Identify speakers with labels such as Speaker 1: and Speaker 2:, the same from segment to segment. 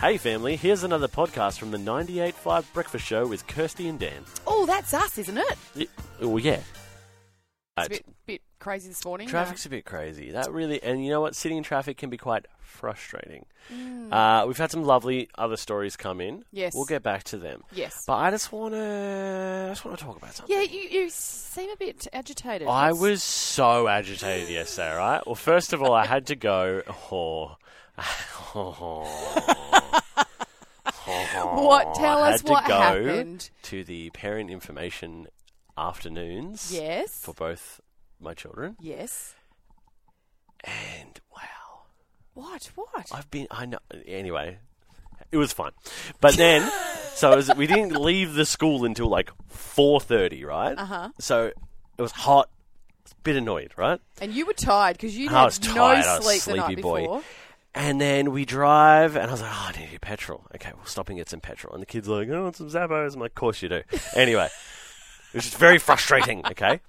Speaker 1: Hey, family, here's another podcast from the 98.5 Breakfast Show with Kirsty and Dan.
Speaker 2: Oh, that's us, isn't it?
Speaker 1: Y- Oh, yeah.
Speaker 2: It's a
Speaker 1: Right.
Speaker 2: bit, bit crazy this morning.
Speaker 1: Traffic's a bit crazy. That really, and you know what? Sitting in traffic can be quite frustrating. Uh, we've had some lovely other stories come in.
Speaker 2: Mm. Yes.
Speaker 1: We'll get back to them.
Speaker 2: Yes.
Speaker 1: But I just want to, I just want to talk about something.
Speaker 2: yeah, you, you seem a bit agitated.
Speaker 1: I
Speaker 2: It's-
Speaker 1: was so agitated yesterday, right? Well, first of all, I had to go. Oh,
Speaker 2: What? Tell
Speaker 1: I
Speaker 2: us
Speaker 1: had to
Speaker 2: what
Speaker 1: go
Speaker 2: happened.
Speaker 1: to the parent information afternoons
Speaker 2: Yes.
Speaker 1: for both my children.
Speaker 2: Yes.
Speaker 1: And wow,
Speaker 2: What? What?
Speaker 1: I've been. I know. Anyway, it was fun, but then so it was, we didn't leave the school until like four thirty, right? Uh
Speaker 2: Uh-huh.
Speaker 1: huh. So it was hot. I was A bit annoyed, right?
Speaker 2: and you were tired because you
Speaker 1: I
Speaker 2: had
Speaker 1: was tired. I
Speaker 2: no
Speaker 1: was
Speaker 2: sleep the night
Speaker 1: sleepy boy.
Speaker 2: before.
Speaker 1: And then we drive, and I was like, oh, I need to get petrol. Okay, we'll stop and get some petrol. And the kid's like, I want some Zappos. I'm like, of course you do. Anyway, it was just very frustrating, okay?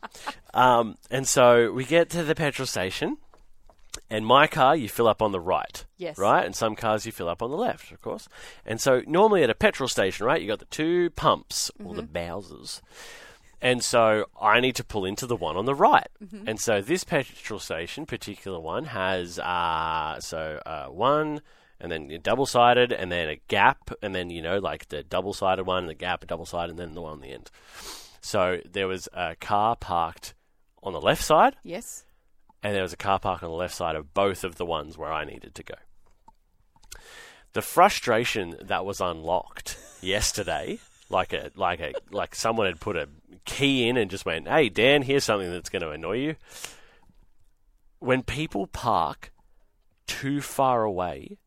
Speaker 1: Um, and so we get to the petrol station, and my car, you fill up on the right.
Speaker 2: Yes.
Speaker 1: Right? And some cars you fill up on the left, of course. And so normally at a petrol station, right, you got the two pumps, or the bowsers. And so I need to pull into the one on the right. And so this petrol station, particular one, has uh, so uh, one and then double sided and then a gap and then, you know, like the double sided one, the gap, a double sided, and then the one on the end. So there was a car parked on the left side
Speaker 2: Yes.
Speaker 1: and there was a car park on the left side of both of the ones where I needed to go. The frustration that was unlocked yesterday, like a like a like someone had put a key in and just went, "Hey Dan, here's something that's going to annoy you." When people park too far away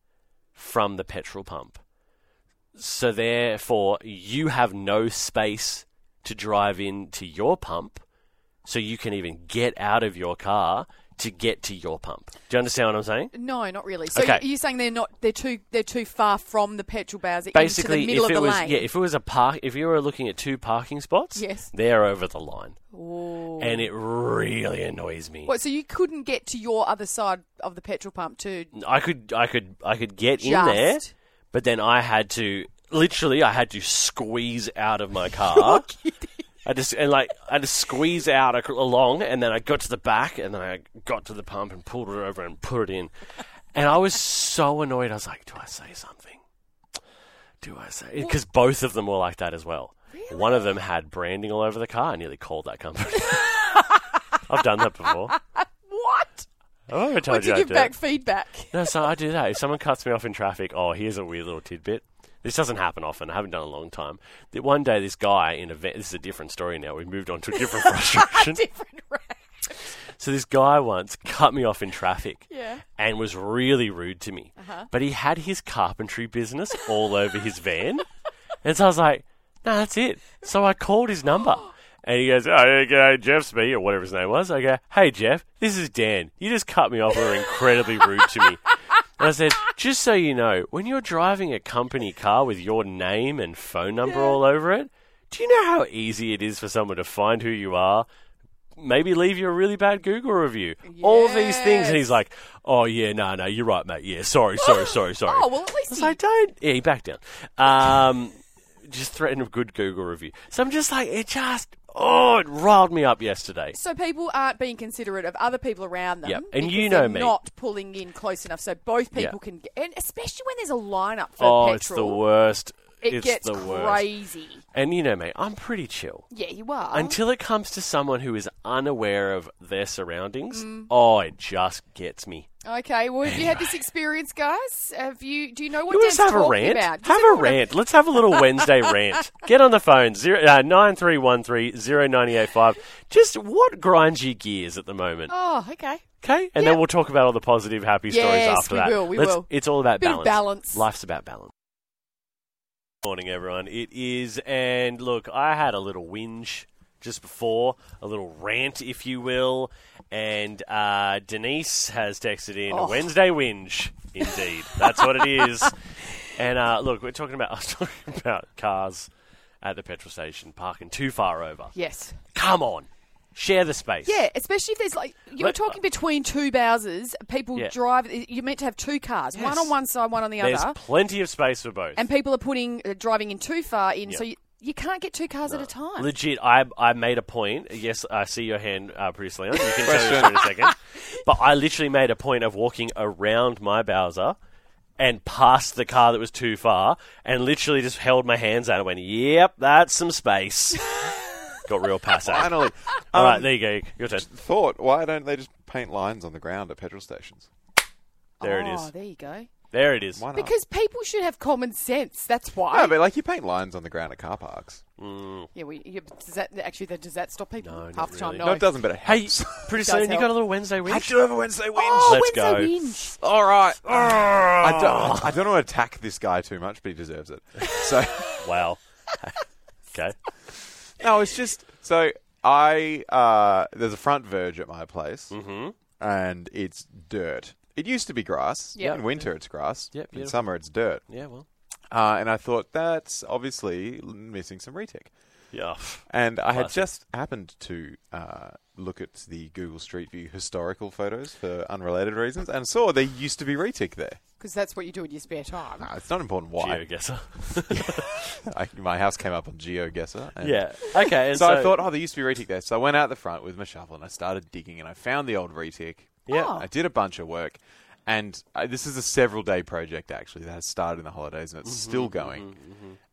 Speaker 1: from the petrol pump, so therefore you have no space to drive into your pump, so you can even get out of your car to get to your pump. Do you understand what I'm saying?
Speaker 2: No, not really. So
Speaker 1: Okay.
Speaker 2: you- you're saying they're not? They're too. They're too far from the petrol bowser
Speaker 1: Basically,
Speaker 2: into the
Speaker 1: if
Speaker 2: middle of
Speaker 1: it
Speaker 2: the
Speaker 1: was
Speaker 2: lane.
Speaker 1: yeah, if it was a park, if you were looking at two parking spots,
Speaker 2: Yes.
Speaker 1: they're over the line,
Speaker 2: Ooh.
Speaker 1: and it really annoys me.
Speaker 2: What? So you couldn't get to your other side of the petrol pump to
Speaker 1: I could, I could, I could get in
Speaker 2: Just.
Speaker 1: there, but then I had to literally, I had to squeeze out of my car. I just and like I just squeeze out ac- along, and then I got to the back, and then I got to the pump and pulled it over and put it in, and I was so annoyed. I was like, "Do I say something? Do I say?" Because both of them were like that as well. One of them had branding all over the car. I nearly called that company. I've done that before.
Speaker 2: what?
Speaker 1: I've never
Speaker 2: Or
Speaker 1: told
Speaker 2: to
Speaker 1: you I
Speaker 2: give
Speaker 1: did. it.
Speaker 2: back feedback.
Speaker 1: No, so I do that. If someone cuts me off in traffic, oh, here's a weird little tidbit. This doesn't happen often. I haven't done it in a long time. That one day, this guy in a van. This is a different story now. We moved on to a different frustration.
Speaker 2: Different route.
Speaker 1: so this guy once cut me off in traffic.
Speaker 2: Yeah.
Speaker 1: And was really rude to me. But he had his carpentry business all over his van. And so I was like, no, that's it. So I called his number. And he goes, oh, yeah, g'day, Jeff's me, or whatever his name was. I go, hey, Jeff, this is Dan. You just cut me off and were incredibly rude to me. And I said, just so you know, when you're driving a company car with your name and phone number all over it, do you know how easy it is for someone to find who you are? Maybe leave you a really bad Google review. All these things. And
Speaker 2: Yes.
Speaker 1: he's like, oh, yeah, no, no, you're right, mate. Yeah, sorry, sorry, sorry, sorry.
Speaker 2: Oh well, at least
Speaker 1: So
Speaker 2: he
Speaker 1: I don't. Yeah, he backed down. Um, just threatened a good Google review. So I'm just like, it just, oh, it riled me up yesterday.
Speaker 2: So people aren't being considerate of other people around them.
Speaker 1: Yep, and
Speaker 2: because
Speaker 1: you know
Speaker 2: they're
Speaker 1: me.
Speaker 2: Not pulling in close enough, so both people
Speaker 1: Yeah.
Speaker 2: can. Get, and especially when there's a lineup for
Speaker 1: Oh,
Speaker 2: petrol,
Speaker 1: it's the worst.
Speaker 2: It
Speaker 1: it's
Speaker 2: gets
Speaker 1: the worst.
Speaker 2: crazy.
Speaker 1: And you know, mate, I'm pretty chill.
Speaker 2: Yeah, you are.
Speaker 1: Until it comes to someone who is unaware of their surroundings,
Speaker 2: Mm.
Speaker 1: oh, it just gets me.
Speaker 2: okay, well, have you had this experience, guys? Have you? Do you know what?
Speaker 1: You want us
Speaker 2: Dan's
Speaker 1: to have a
Speaker 2: talking
Speaker 1: rant?
Speaker 2: About? Does
Speaker 1: Have a
Speaker 2: everyone
Speaker 1: rant. Let's have a little Wednesday rant. Get on the phone, zero, uh, 9313 Just what grinds your gears at the moment?
Speaker 2: Oh, okay.
Speaker 1: Okay? And
Speaker 2: Yeah.
Speaker 1: then we'll talk about all the positive, happy stories
Speaker 2: Yes,
Speaker 1: after
Speaker 2: we
Speaker 1: that.
Speaker 2: will, we will.
Speaker 1: It's all about
Speaker 2: Bit of
Speaker 1: balance.
Speaker 2: balance.
Speaker 1: Life's about balance. Morning, everyone. It is, and look, I had a little whinge just before, a little rant, if you will, and uh, Denise has texted in
Speaker 2: Oh.
Speaker 1: Wednesday whinge. Indeed, that's what it is. And uh, look, we're talking about I was talking about cars at the petrol station parking too far over.
Speaker 2: Yes.
Speaker 1: Come on, Share the space.
Speaker 2: Yeah, especially if there's like you're
Speaker 1: Let-
Speaker 2: talking between two bowsers. People
Speaker 1: Yeah.
Speaker 2: drive. You're meant to have two cars, one
Speaker 1: Yes.
Speaker 2: on one side, one on the
Speaker 1: There's
Speaker 2: other,
Speaker 1: plenty of space for both.
Speaker 2: and people are putting uh, driving in too far in, so you, you can't get two cars at a time.
Speaker 1: Legit, I I made a point. Yes, I see your hand, uh, Bruce Leon. You can tell me in a second. But I literally made a point of walking around my Bowser and past the car that was too far, and literally just held my hands out and went, "Yep, that's some space." Got real pass out.
Speaker 3: Finally.
Speaker 1: All right,
Speaker 3: Um,
Speaker 1: there you go. Your turn.
Speaker 3: Thought, why don't they just paint lines on the ground at petrol stations?
Speaker 1: There
Speaker 2: oh,
Speaker 1: it is.
Speaker 2: There you
Speaker 3: Ah.
Speaker 2: go.
Speaker 1: There it is.
Speaker 3: Why not?
Speaker 2: Because people should have common sense. That's why.
Speaker 3: no, but like you paint lines on the ground at car parks.
Speaker 2: yeah, we, yeah, but does that actually that, does that stop people
Speaker 1: No, not
Speaker 2: half the time?
Speaker 1: really.
Speaker 2: No.
Speaker 3: No, it doesn't, but it
Speaker 1: Hey,
Speaker 3: helps.
Speaker 1: pretty
Speaker 2: Does
Speaker 1: soon you
Speaker 2: help.
Speaker 1: got a little Wednesday
Speaker 3: I
Speaker 1: whinge.
Speaker 3: do have a Wednesday win.
Speaker 2: Oh,
Speaker 1: Let's
Speaker 2: Wednesday
Speaker 1: go.
Speaker 2: whinge.
Speaker 3: All right. I
Speaker 1: Ah.
Speaker 3: don't. I don't want to attack this guy too much, but he deserves it. So
Speaker 1: Wow. okay.
Speaker 3: no, it's just so I uh, there's a front verge at my place, and it's dirt. It used to be grass.
Speaker 2: Yep.
Speaker 3: In winter, it's grass.
Speaker 1: Yep,
Speaker 3: In
Speaker 1: beautiful.
Speaker 3: summer, it's dirt.
Speaker 1: Yeah. Well.
Speaker 3: Uh, and I thought that's obviously missing some retic.
Speaker 1: Yeah.
Speaker 3: And I had
Speaker 1: Classic.
Speaker 3: just happened to uh, look at the Google Street View historical photos for unrelated reasons, and saw there used to be retic there.
Speaker 2: Because that's what you do in your spare
Speaker 1: Ah,
Speaker 2: time.
Speaker 3: Nah, it's not important
Speaker 1: Geo
Speaker 3: why.
Speaker 1: guesser.
Speaker 3: I, my house came up on GeoGuessr. And
Speaker 1: Yeah. Okay. And
Speaker 3: So, I thought, oh, there used to be retic there. So I went out the front with my shovel and I started digging and I found the old retic.
Speaker 1: Yeah.
Speaker 3: I did a bunch of work. And uh, this is a several day project, actually, that has started in the holidays and it's
Speaker 1: Mm-hmm,
Speaker 3: still going.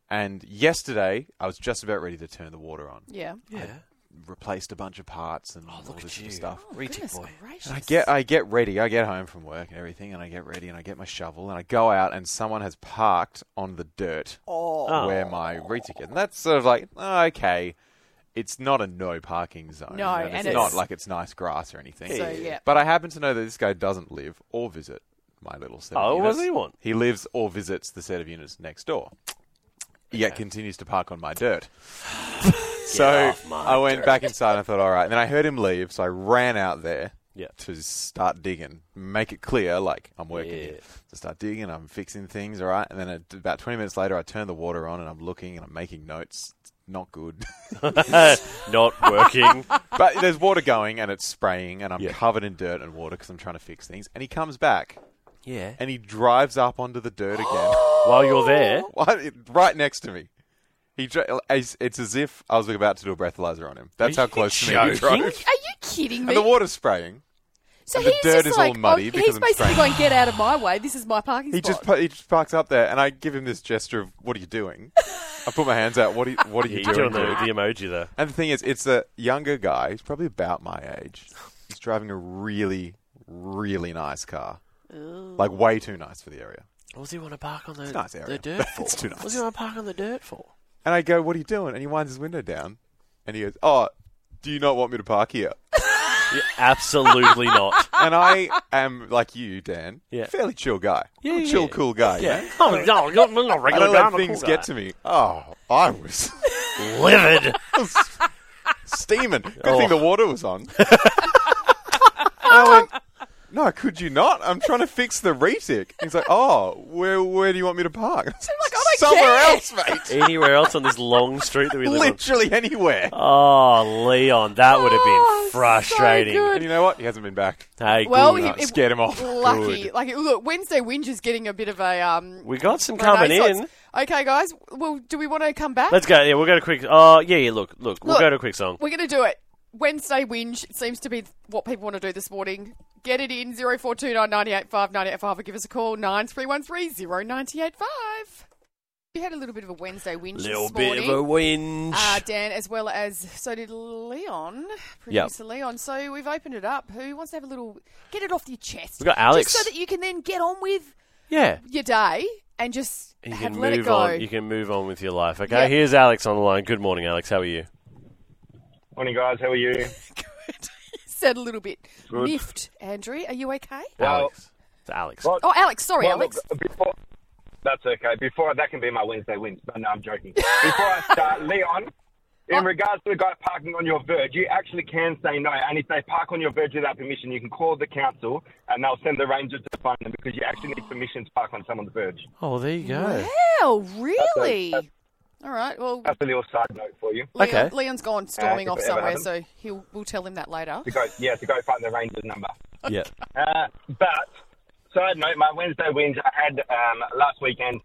Speaker 3: And yesterday, I was just about ready to turn the water on.
Speaker 2: Yeah.
Speaker 1: Yeah.
Speaker 3: Replaced a bunch of parts and all
Speaker 1: Oh, look
Speaker 3: this
Speaker 1: at
Speaker 3: sort
Speaker 1: you.
Speaker 3: of stuff.
Speaker 1: Retic
Speaker 2: Goodness
Speaker 1: boy.
Speaker 2: gracious.
Speaker 3: Oh, And I get I get ready. I get home from work and everything, and I get ready and I get my shovel and I go out and someone has parked on the dirt
Speaker 1: Oh.
Speaker 3: where my retic is. And that's sort of like oh, okay, it's not a no parking zone.
Speaker 2: No,
Speaker 3: and it's,
Speaker 2: and
Speaker 3: not
Speaker 2: it's-
Speaker 3: like it's nice grass or anything.
Speaker 2: So, yeah.
Speaker 3: But I happen to know that this guy doesn't live or visit my little set.
Speaker 1: Oh, what
Speaker 3: of units.
Speaker 1: does he want?
Speaker 3: He lives or visits the set of units next door. Yet continues to park on my dirt. so
Speaker 1: off my
Speaker 3: I went back inside and I thought, all right. And then I heard him leave, so I ran out there
Speaker 1: Yeah.
Speaker 3: to start digging, make it clear, like I'm working
Speaker 1: Yeah.
Speaker 3: here. So start digging, I'm fixing things, all right. And then at, about 20 minutes later, I turn the water on and I'm looking and I'm making notes. It's not good.
Speaker 1: Not working.
Speaker 3: but there's water going and it's spraying and I'm
Speaker 1: Yeah.
Speaker 3: covered in dirt and water because I'm trying to fix things. And he comes back
Speaker 1: yeah.
Speaker 3: and he drives up onto the dirt again.
Speaker 1: While you're there,
Speaker 3: What? It- right next to me. He dra- it's, it's as if I was about to do a breathalyzer on him. That's
Speaker 1: Are
Speaker 3: how
Speaker 1: you
Speaker 3: close to me he
Speaker 1: joking?
Speaker 3: drove.
Speaker 2: Are you kidding me?
Speaker 3: And the water's spraying.
Speaker 2: so
Speaker 3: the
Speaker 2: he's
Speaker 3: dirt
Speaker 2: just
Speaker 3: is all
Speaker 2: like,
Speaker 3: muddy
Speaker 2: oh,
Speaker 3: because
Speaker 2: he's
Speaker 3: I'm
Speaker 2: basically
Speaker 3: spraying.
Speaker 2: going, get out of my way. This is my parking
Speaker 3: He
Speaker 2: spot.
Speaker 3: just pu- he just parks up there, and I give him this gesture of "What are you doing?" I put my hands out. What are you, what are you
Speaker 1: you're
Speaker 3: doing?
Speaker 1: doing the,
Speaker 3: dude?"
Speaker 1: the emoji there.
Speaker 3: And the thing is, it's a younger guy. He's probably about my age. He's driving a really, really nice car, like way too nice for the area.
Speaker 1: What does he want to park on the,
Speaker 3: nice area.
Speaker 1: the dirt
Speaker 3: It's
Speaker 1: for?
Speaker 3: too
Speaker 1: What does he
Speaker 3: nice.
Speaker 1: want to park on the dirt for?
Speaker 3: And I go, "What are you doing?" And he winds his window down, and he goes, "Oh, do you not want me to park here?"
Speaker 1: Yeah, absolutely not.
Speaker 3: And I am like you, Dan.
Speaker 1: Yeah.
Speaker 3: fairly chill guy.
Speaker 1: Yeah,
Speaker 3: I'm a chill,
Speaker 1: yeah.
Speaker 3: cool guy. you
Speaker 1: Yeah.
Speaker 3: know?
Speaker 1: Oh, no, you're not a
Speaker 3: I
Speaker 1: regular
Speaker 3: don't
Speaker 1: guy,
Speaker 3: let
Speaker 1: I'm a
Speaker 3: things
Speaker 1: cool
Speaker 3: get
Speaker 1: guy.
Speaker 3: to me. Oh, I was.
Speaker 1: livid.
Speaker 3: steaming. Good
Speaker 1: Oh.
Speaker 3: thing the water was on. I went, no, could you not? I'm trying to fix the retic. He's like, oh, where where do you want me to park? I'm like, "Oh,
Speaker 2: "I don't
Speaker 3: somewhere
Speaker 2: care."
Speaker 3: else, mate.
Speaker 1: Anywhere else on this long street that we live on?
Speaker 3: Literally anywhere.
Speaker 1: Oh, Leon, that would have
Speaker 2: Oh,
Speaker 1: been
Speaker 2: so
Speaker 1: frustrating.
Speaker 2: good.
Speaker 3: And you know what? He hasn't been back.
Speaker 1: Hey,
Speaker 2: Well,
Speaker 1: good.
Speaker 2: he-
Speaker 3: No,
Speaker 2: it-
Speaker 3: scared him off.
Speaker 2: Lucky,
Speaker 3: Good.
Speaker 2: like look, Wednesday Whinge is getting a bit of a um.
Speaker 1: we got some coming in.
Speaker 2: renaissance. Okay, guys. Well, do we want to come back?
Speaker 1: Let's go. Yeah, we'll go to quick. Oh, yeah, yeah. Look, look, we'll
Speaker 2: Look.
Speaker 1: go to a quick song.
Speaker 2: We're going to do it. Wednesday Whinge seems to be what people want to do this morning. Get it in 0429 985 985 or give us a call 9313 0985. You had a little bit of a Wednesday Whinge
Speaker 1: Little
Speaker 2: this
Speaker 1: bit
Speaker 2: morning.
Speaker 1: of a whinge.
Speaker 2: uh, Dan, as well as so did Leon, producer Leon. So we've opened it up. Who wants to have a little get it off your chest?
Speaker 1: We've got Alex.
Speaker 2: just so that you can then get on with
Speaker 1: yeah.
Speaker 2: your day and just
Speaker 1: You
Speaker 2: have,
Speaker 1: can
Speaker 2: let it
Speaker 1: move
Speaker 2: go.
Speaker 1: on. You can move on with your life. Okay.
Speaker 2: Yeah.
Speaker 1: Here's Alex on the line. Good morning, Alex. How are you?
Speaker 4: Morning, guys. How are you?
Speaker 2: Good. Said a little bit
Speaker 4: Good.
Speaker 2: miffed. Andrew, are you okay?
Speaker 4: Well-
Speaker 1: Alex. It's Alex.
Speaker 4: What?
Speaker 2: Oh, Alex. Sorry,
Speaker 4: Well,
Speaker 2: Alex.
Speaker 4: look, before- that's okay. Before that can be my Wednesday wins. No, no, I'm joking. Before I start, Leon, in regards to the guy parking on your verge, you actually can say no. And if they park on your verge without permission, you can call the council and they'll send the ranger to find them because you actually need permission to park on someone's verge.
Speaker 1: Oh, there you go.
Speaker 2: Wow, really? All right. Well,
Speaker 4: That's a little side note for you.
Speaker 2: Leon,
Speaker 1: Okay.
Speaker 2: Leon's gone storming
Speaker 4: Uh,
Speaker 2: off
Speaker 4: if it ever
Speaker 2: somewhere, so he'll we'll tell him that later.
Speaker 1: Mm-hmm.
Speaker 4: To go, yeah, to go find the Rangers number.
Speaker 1: Yeah.
Speaker 4: Uh, but side note, my Wednesday wins. I had um, last weekend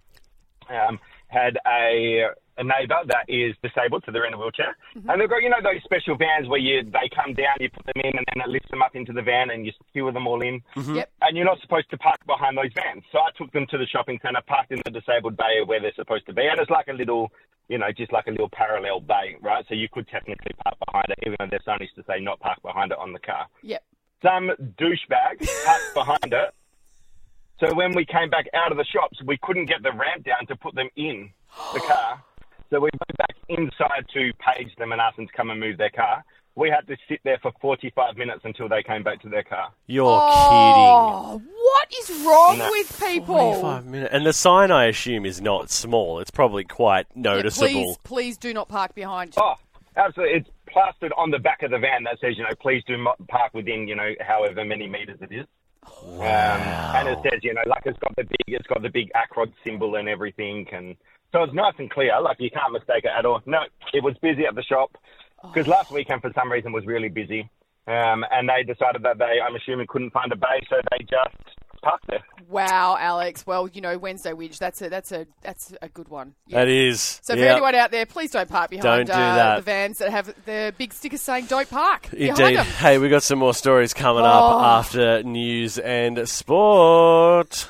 Speaker 4: um, had a, a neighbour that is disabled, so they're in a wheelchair, and they've got you know those special vans where you they come down, you put them in, and then it lifts them up into the van, and you skewer them all in.
Speaker 2: Yep.
Speaker 4: And you're not supposed to park behind those vans. So I took them to the shopping centre, parked in the disabled bay where they're supposed to be. And it's like a little, you know, just like a little parallel bay, right? So you could technically park behind it, even though their sign used to say not park behind it on the car
Speaker 2: Yep.
Speaker 4: some douchebag parked behind it. So when we came back out of the shops, we couldn't get the ramp down to put them in the car. So we went back inside to page them and ask them to come and move their car. We had to sit there for 45 minutes until they came back to their car.
Speaker 1: You're
Speaker 2: Oh, what is wrong
Speaker 4: No.
Speaker 2: with
Speaker 1: kidding.
Speaker 2: people?
Speaker 1: 45 minutes. And the sign, I assume, is not small. It's probably quite
Speaker 2: Yeah,
Speaker 1: noticeable.
Speaker 2: please, please do not park behind.
Speaker 4: Oh, absolutely. It's plastered on the back of the van that says, you know, please do not park within, you know, however many meters it is. Wow. Um, and it says, you know, like it's got the big, it's got the big Acrod symbol and everything, and so it's nice and clear. Like you can't mistake it at all. No, it was busy at the shop because last weekend for some reason was really busy, um, and they decided that they, I'm assuming, couldn't find a bay, so they just parked there.
Speaker 2: Wow, Alex. Well, you know, Wednesday Widge. That's a that's a that's a good one. Yeah.
Speaker 1: That is.
Speaker 2: So for
Speaker 1: yeah.
Speaker 2: anyone out there, please don't park
Speaker 1: Don't
Speaker 2: behind
Speaker 1: do
Speaker 2: uh,
Speaker 1: that.
Speaker 2: the vans that have the big stickers saying "Don't park" behind
Speaker 1: Indeed.
Speaker 2: them.
Speaker 1: Hey, we got some more stories coming
Speaker 2: Oh.
Speaker 1: up after news and sport.